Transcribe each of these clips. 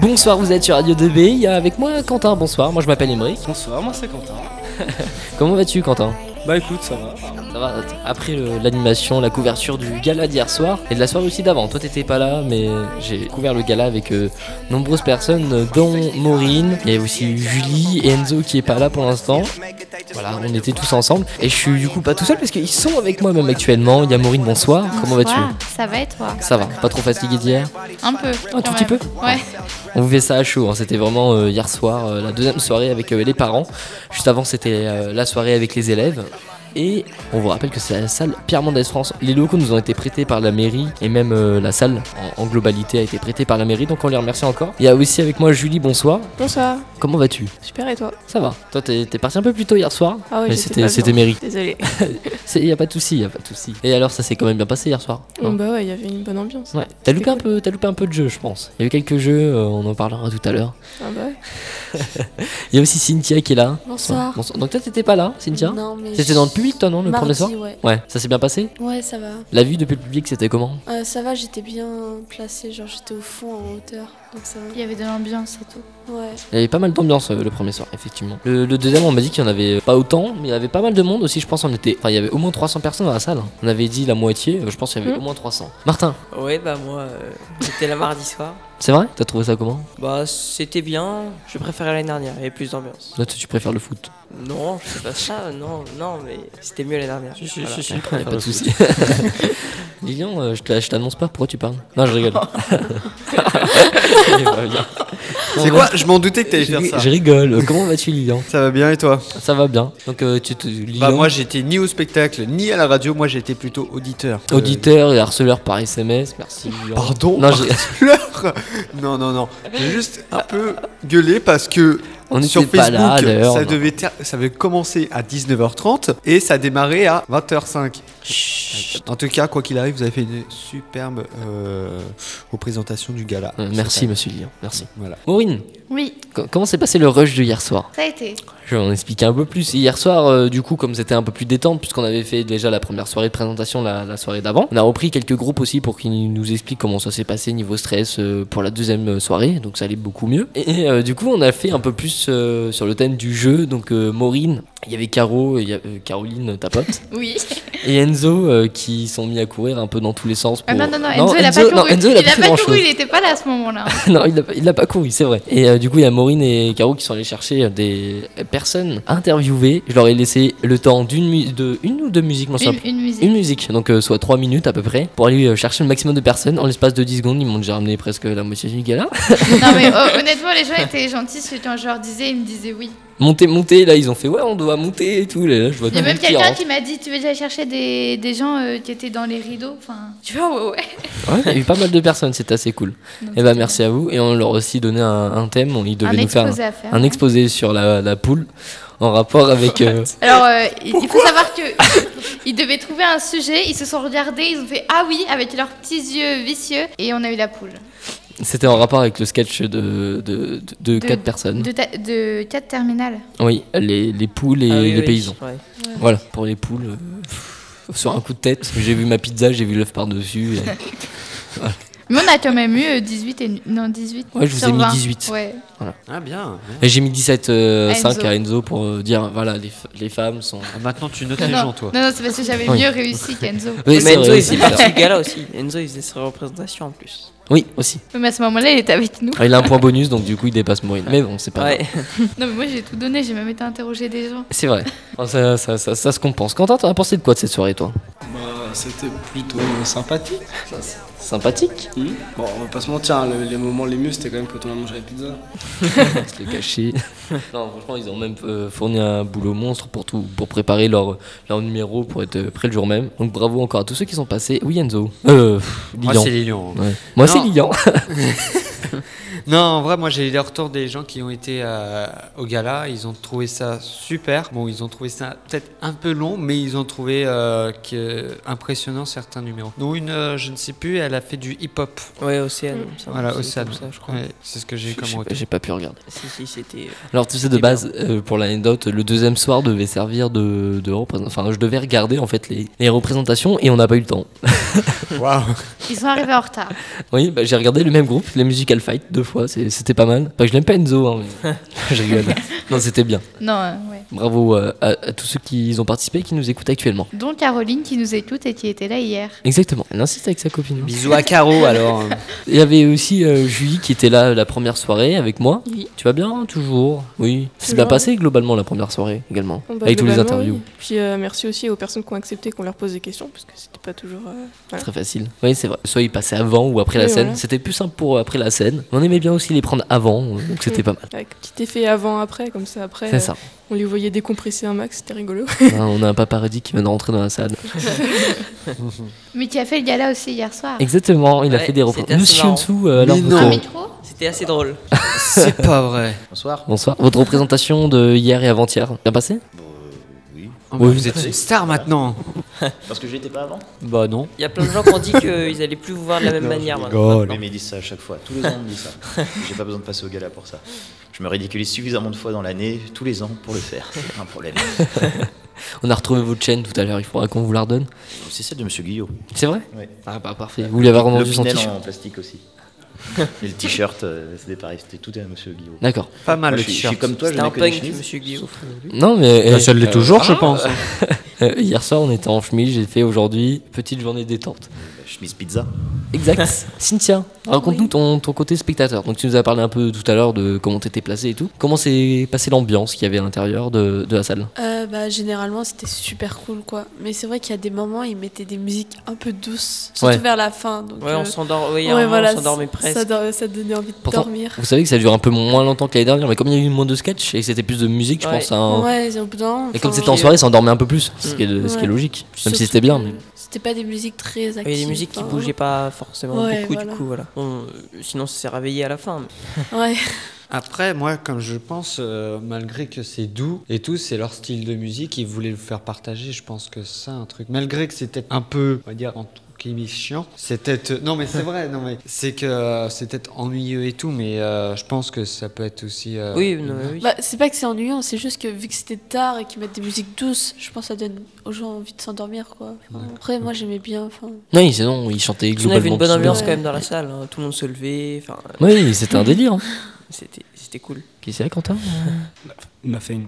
Bonsoir, vous êtes sur Radio 2B, il y a avec moi Quentin, bonsoir, moi je m'appelle Emeric. Bonsoir, moi c'est Quentin. Comment vas-tu Quentin Bah écoute, ça va. Ça va, t- après le- l'animation, la couverture du gala d'hier soir et de la soirée aussi d'avant, toi t'étais pas là mais j'ai couvert le gala avec euh, nombreuses personnes euh, dont Maureen, il y avait aussi Julie et Enzo qui est pas là pour l'instant. Voilà, on était tous ensemble et je suis du coup pas tout seul parce qu'ils sont avec moi même actuellement. Il y a Maureen, bonsoir, comment vas-tu Bonsoir, Ça va et toi Ça va, pas trop fatigué d'hier Un peu. Un tout petit peu Ouais. On vivait ça à chaud, hein. c'était vraiment euh, hier soir, euh, la deuxième soirée avec euh, les parents. Juste avant, c'était euh, la soirée avec les élèves. Et on vous rappelle que c'est la salle Pierre Mendès France. Les locaux nous ont été prêtés par la mairie et même euh, la salle en, en globalité a été prêtée par la mairie, donc on les remercie encore. Il y a aussi avec moi Julie, bonsoir. Bonsoir, Comment vas-tu super et toi Ça va. Toi, t'es t'es parti un peu plus tôt hier soir Ah ouais, Mais j'étais c'était pas c'était Ah. bien. mairie. Désolée. C'est- Y a pas de souci, y a pas de souci. Et alors, ça s'est quand même bien passé hier soir non bah ouais, il y avait une bonne ambiance. Ouais. T'as loupé, C'était un peu- t'as loupé un peu de jeux, je pense. Il y a eu quelques jeux, euh, on en parlera tout à l'heure. Ah bah ouais. Il y a aussi Cynthia qui est là. Bonsoir. Bonsoir. Donc toi t'étais pas là, Cynthia Non, mais T'étais dans le public toi non le premier Mardi, soir ouais. Ouais, ça s'est bien passé Ouais, ça va. La vue depuis le public c'était comment Euh, ça va, j'étais bien placée, genre j'étais au fond en hauteur, donc ça va. Il y avait de l'ambiance et tout. Ouais. Il y avait pas mal d'ambiance euh, le premier soir effectivement. Le, le deuxième on m'a dit qu'il y en avait euh, pas autant, mais il y avait pas mal de monde aussi je pense on était... Enfin il y avait au moins 300 personnes dans la salle. hein. On avait dit la moitié, euh, je pense qu'il y avait Hmm. Mm. au moins 300. Martin, Ouais, bah moi, euh, j'étais là mardi soir. c'est vrai T'as trouvé ça comment Bah, c'était bien. Je préférais l'année dernière, il y avait plus d'ambiance. Là tu tu préfères le foot. Non, je sais pas ça, non, non, mais c'était mieux l'année dernière. Voilà. Ouais, pas de soucis. Lilian, euh, je t'a- je t'annonce pas pourquoi tu parles. Non je rigole. Il va bien. C'est quoi Je m'en doutais que t'allais faire ça. Je rigole. Euh, Comment vas-tu Lilian Ça va bien et toi Ça va bien. Donc euh, tu te Bah Lilian, moi j'étais ni au spectacle ni à la radio, moi j'étais plutôt auditeur. Euh, auditeur et harceleur par SMS. Merci Lilian. Pardon Non, j'ai- Fleur Non non non, j'ai juste un peu gueulé parce que On sur n'était Facebook pas là à l'heure. ça devait ter- ça devait commencer à 19h30 et ça démarrait à 20h05. Chut. En tout cas, quoi qu'il arrive, vous avez fait une superbe euh, représentation du gala. Euh, merci monsieur Lilian. Merci. Voilà. Maureen, Oui, co- comment s'est passé le rush de hier soir ça a été. Je vais en expliquer un peu plus. Hier soir, euh, du coup, comme c'était un peu plus détente, puisqu'on avait fait déjà la première soirée de présentation la, la soirée d'avant, on a repris quelques groupes aussi pour qu'ils nous expliquent comment ça s'est passé niveau stress euh, pour la deuxième euh, soirée, donc ça allait beaucoup mieux. Et euh, du coup, on a fait un peu plus euh, sur le thème du jeu, donc euh, Maureen, il y avait Caro, il y a- euh, Caroline, ta pote, Oui. et Enzo euh, qui sont mis à courir un peu dans tous les sens. Pour... Ah non, non, non, Enzo, il a pas Enzo- non, couru. Enzo, il il a pas a fait pas grand-chose. Ah, couru, il était pas là à ce moment-là. Non, il l'a pas- il l'a pas couru, c'est vrai. Et euh, du coup, il y a Maureen et Caro qui sont allés chercher euh, des personnes interviewées. Je leur ai laissé le temps d'une mu- de une ou deux musiques, moi, je me Une, rappelle. une musique. Une musique, donc euh, soit 3 minutes à peu près, pour aller euh, chercher le maximum de personnes. En l'espace de 10 secondes, ils m'ont déjà ramené presque la moitié du gala. Non, mais oh, honnêtement, les gens étaient gentils. si Quand je leur disais, ils me disaient oui. Monter, monter, là ils ont fait ouais, on doit monter et tout. Là, je vois Il y tout a le même monde qui quelqu'un rentre. qui m'a dit Tu veux déjà chercher des, des gens euh, qui étaient dans les rideaux Enfin, tu vois, ouais, ouais. Ouais, il y a eu pas mal de personnes, c'était assez cool. et bah merci à vous. Et on leur a aussi donné un, un thème, on, ils Un devaient nous faire exposé à Ah faire. un exposé sur la, la poule en rapport avec. euh, Alors, euh, il- il faut savoir que ils devaient trouver un sujet, ils se sont regardés, ils ont fait ah oui avec leurs petits yeux vicieux et on a eu la poule. C'était en rapport avec le sketch de, de, de, de De- quatre personnes. De, ta- de 4 terminales. Oui, les, les poules et Ah oui, les oui, paysans. ouais. Voilà, pour les poules, euh, pff, sur un coup de tête, j'ai vu ma pizza, j'ai vu l'œuf par-dessus. et- Mais on a quand même eu euh, 18 et non 18. Ouais, je vous sur ai mis 20. 18. Ouais. Ah bien. Et j'ai mis 17,5 Enzo. à Enzo pour euh, dire voilà, les, f- les femmes sont. Ah, Maintenant tu notes Non, les non, gens toi. non, non, c'est parce que j'avais Oui. mieux réussi qu'Enzo. Oui, Mais c'est Enzo, vrai il faisait aussi. partie du gala aussi. Enzo, il faisait sa représentation en plus. Oui, aussi. Mais à ce moment-là, il était avec nous. Ah, Il a un point bonus, donc du coup, il dépasse Maureen. Mais bon, c'est pas grave. Ouais. Non, mais moi j'ai tout donné, j'ai même été interroger des gens. C'est vrai. Enfin, ça, ça, ça, ça se compense. Quentin, t'en as pensé de quoi de cette soirée, toi Bah, c'était plutôt sympathique. Sympathique. Bon, on va pas se mentir, hein, le- les moments les mieux c'était quand même quand on a mangé la pizza. se le cacher. non, franchement, ils ont même euh, fourni un boulot monstre pour tout, pour préparer leur, leur numéro pour être euh, prêt le jour même. Donc bravo encore à tous ceux qui sont passés. Oui, Enzo. Euh, pff, Moi Lilian. c'est les lions. hein. Ouais. Moi, c'est Non. Lilian. Non, en vrai, moi j'ai eu les retours des gens qui ont été euh, au gala. Ils ont trouvé ça super. Bon, ils ont trouvé ça peut-être un peu long, mais ils ont trouvé euh, que- impressionnant certains numéros. Dont une, euh, je ne sais plus, elle a fait du hip-hop. Ouais, Océane. ça, Voilà, c'est Océane. comme ça, je crois. Ouais, c'est ce que j'ai eu J'ai comme pas- retour. J'ai pas pu regarder. Si, si, c'était. Alors tu sais de C'était base, euh, pour l'anecdote, le deuxième soir devait servir de, de représent- Enfin, je devais regarder en fait les, les représentations et on n'a pas eu le temps. Waouh Ils sont arrivés en retard. Oui, bah, j'ai regardé le même groupe, les Musical Fight, deux fois, c'est- c'était pas mal. Enfin, je l'aime pas Enzo, hein, mais je rigole. Non, c'était bien. Non, euh, ouais. Bravo euh, à, à tous ceux qui y ont participé et qui nous écoutent actuellement. Dont Caroline qui nous écoute et qui était là hier. Exactement, elle insiste avec sa copine. hein. Bisous à Caro alors. Il y avait aussi euh, Julie qui était là la première soirée avec moi. Oui. Tu vas bien Toujours Oui. Ça s'est Toujours, bien oui. passé globalement la première soirée également, Bon, bah, avec tous les globalement, interviews. oui. Puis euh, merci aussi aux personnes qui ont accepté qu'on leur pose des questions, parce que c'était pas toujours. euh, voilà. Très facile. Oui, c'est vrai. Soit ils passaient avant ou après la Oui, scène. voilà. C'était plus simple pour euh, après la scène. On aimait bien aussi les prendre avant, euh, donc c'était pas mal. Avec petit effet avant-après, comme ça après. C'est ça. euh, on les voyait décompresser un max, c'était rigolo. Hein, on a un papa Rudy qui vient de rentrer dans la salle. Mais qui a fait le gala aussi hier soir. Exactement, il a Ouais, fait des reprises. c'était assez Monsieur en marrant. dessous, euh, alors Mais votre- non. Ah, Un Oh. métro C'était assez drôle. C'est pas vrai. Bonsoir. Bonsoir. Votre représentation de hier et avant-hier, bien passé euh, Oui. Oh, Oui. bah, vous êtes une star maintenant. Parce que j'étais pas avant. Bah non. Il y a plein de gens qui ont dit qu'ils allaient plus vous voir de la même manière maintenant. Oh, Mais ils disent ça à chaque fois. Tous les ans, on me dit ça. J'ai pas besoin de passer au gala pour ça. Je me ridiculise suffisamment de fois dans l'année, tous les ans, pour le faire. C'est pas un problème. On a retrouvé votre chaîne tout à l'heure, il faudra qu'on vous la redonne. C'est celle de Monsieur Guillot. C'est vrai Ouais. Ah bah parfait. Vous lui avez Le rendu son Pinel t-shirt en plastique aussi. Et le t-shirt, euh, c'était pareil. C'était tout à Monsieur Guillot. D'accord. Pas mal Moi, le je, suis, je t-shirt. suis comme toi, je C'était un n'ai que des punk, chemises. monsieur Guillaume. Non mais euh, l'est toujours, je pense. euh, hier soir on était en chemise, j'ai fait aujourd'hui petite journée détente. La chemise pizza. Exact. Cynthia, raconte-nous ton, ton côté spectateur. Donc tu nous as parlé un peu tout à l'heure de comment t'étais placé et tout. Comment s'est passée l'ambiance qu'il y avait à l'intérieur de, de la salle Euh, bah, généralement, c'était super cool, quoi. Mais c'est vrai qu'il y a des moments, ils mettaient des musiques un peu douces, surtout Ouais. vers la fin. Donc, Ouais, euh, on s'endort. Ouais, il y a un ouais, moment, voilà, on s'endormait ça- presque. Ça, do- ça donnait envie de Pourtant- dormir. Vous savez que ça dure un peu moins longtemps que l'année dernière, mais comme il y a eu moins de sketchs et que c'était plus de musique, je Ouais. Mm. pense à un... Ouais, au bout d'un moment, Et comme enfin, c'était en soirée, ça endormait un peu plus, ce qui est, ce qui est Ouais. logique. Même surtout si c'était bien, que mais C'était pas des musiques très actives. Il y a des musiques qui enfin, bougeaient pas forcément hein. Ouais, beaucoup voilà. du coup voilà. On- sinon ça s'est réveillé à la fin. mais- Ouais. Après, moi, comme je pense, euh, malgré que c'est doux et tout, c'est leur style de musique, ils voulaient le faire partager. Je pense que c'est un truc. Malgré que c'était un peu, on va dire, en chiant, c'était euh, non mais c'est vrai non mais c'est que euh, c'était ennuyeux et tout mais euh, je pense que ça peut être aussi euh, Oui, non, oui. Bah, c'est pas que c'est ennuyant, c'est juste que vu que c'était tard et qu'ils mettent des musiques douces, je pense que ça donne aux gens envie de s'endormir, quoi. Après, moi, j'aimais bien. Enfin, Oui, sinon, ils chantaient Sinon, il y avait globalement. une bonne tous bien. ambiance quand même dans la salle. hein. Tout le monde se levait. Enfin, euh, Oui, c'était un délire. hein. c'était c'était cool. Qui c'est, Quentin Il m'a fait une.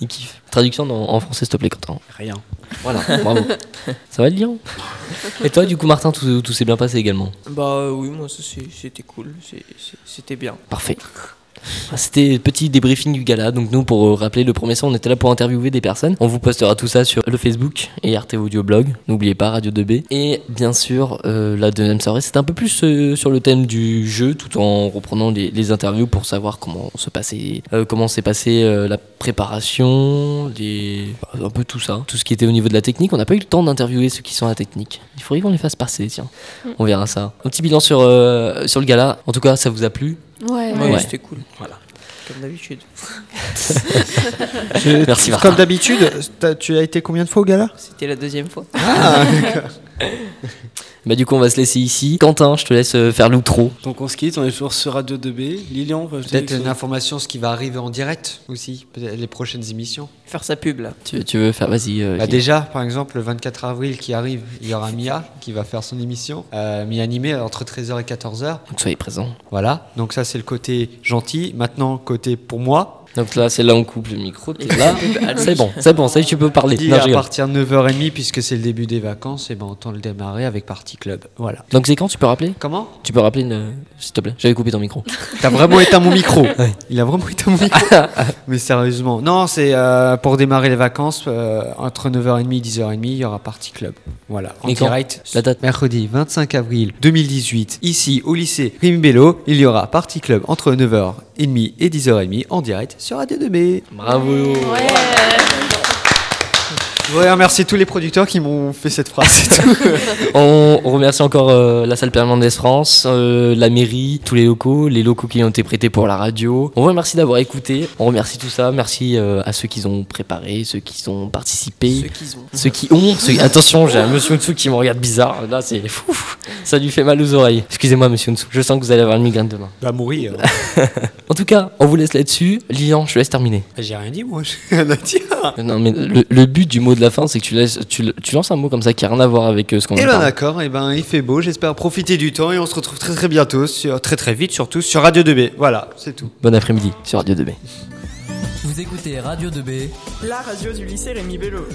Il kiffe. Traduction en, en français, s'il te plaît, Quentin. Rien. Voilà, bravo. Ça va, le lion Et toi, du coup, Martin, tout, tout s'est bien passé également Bah euh, oui, moi ça, c'est- c'était cool. C'est- c'est- C'était bien. Parfait. Ah, C'était le petit débriefing du gala. Donc, nous, pour euh, rappeler, le premier soir, on était là pour interviewer des personnes. On vous postera tout ça sur le Facebook et Arte Audio Blog. N'oubliez pas, Radio 2B. Et bien sûr, euh, la deuxième soirée, c'était un peu plus euh, sur le thème du jeu, tout en reprenant les, les interviews pour savoir comment se passait, euh, comment s'est passé euh, la préparation, les... bah, un peu tout ça. Tout ce qui était au niveau de la technique. On n'a pas eu le temps d'interviewer ceux qui sont à la technique. Il faudrait qu'on les fasse passer, tiens. On verra ça. Un petit bilan sur, euh, sur le gala. En tout cas, ça vous a plu ouais. Ouais, Ouais. c'était cool. Voilà. Comme d'habitude. Merci, Martin. comme d'habitude t'as- tu as été combien de fois au gala C'était la deuxième fois. Bah du coup on va se laisser ici. Quentin, je te laisse euh, faire l'outro. Donc on se quitte, on est toujours sur Radio 2B. Lilian, va ajouter peut-être quelque chose une information ce qui va arriver en direct aussi peut-être les prochaines émissions Faire sa pub là. Tu, tu veux faire vas-y. euh, Bah Gilles. déjà, par exemple, le 24 avril qui arrive, il y aura Mia qui va faire son émission, euh, Mia animée entre 13h et 14h. Donc soyez présents. Voilà, donc ça c'est le côté gentil. Maintenant, côté pour moi, Donc là c'est là on coupe le micro. t'es là. c'est bon, c'est bon, ça y est, tu peux parler. dit Non, je à rigole. partir de 9h30 puisque c'est le début des vacances, et ben on tente le démarrer avec Party Club. Voilà. Donc c'est quand tu peux rappeler Comment Tu peux rappeler une- s'il te plaît. J'avais coupé ton micro. T'as vraiment éteint mon micro. Il a vraiment éteint mon micro. Mais sérieusement, non, c'est euh, pour démarrer les vacances euh, entre 9h30 et 10h30, il y aura Party Club. Voilà, en Mais quand direct. La date Mercredi 25 avril 2018, ici au lycée Rimbello, il y aura Party Club entre 9h30 et 10h30 en direct sur Radio 2B. Bravo. Je voudrais remercier tous les producteurs qui m'ont fait cette phrase. c'est tout. On on remercie encore euh, la salle Permanente France, euh, la mairie, tous les locaux, les locaux qui ont été prêtés pour la radio. On vous remercie d'avoir écouté. On remercie tout ça. Merci euh, à ceux qui ont préparé, ceux qui ont participé. Ceux qui ont. Ceux qui ont, ceux- attention, j'ai un monsieur en dessous qui me regarde bizarre. Là, c'est fou. Ça lui fait mal aux oreilles. Excusez-moi, monsieur Nsou, je sens que vous allez avoir une migraine demain. Bah mourir. En tout cas, on vous laisse là-dessus. Lilian, je te laisse terminer. J'ai rien dit moi, j'ai rien à dire. Non, mais le, le but du mot de la fin, c'est que tu, laisses, tu, le- tu lances un mot comme ça qui a rien à voir avec euh, ce qu'on Et vient de ben parler. d'accord, et ben il fait beau, j'espère profiter du temps et on se retrouve très très bientôt, sur, très très vite surtout sur Radio 2B. Voilà, c'est tout. Bon après-midi sur Radio 2B. Vous écoutez Radio 2B La radio du lycée Rémi Bello.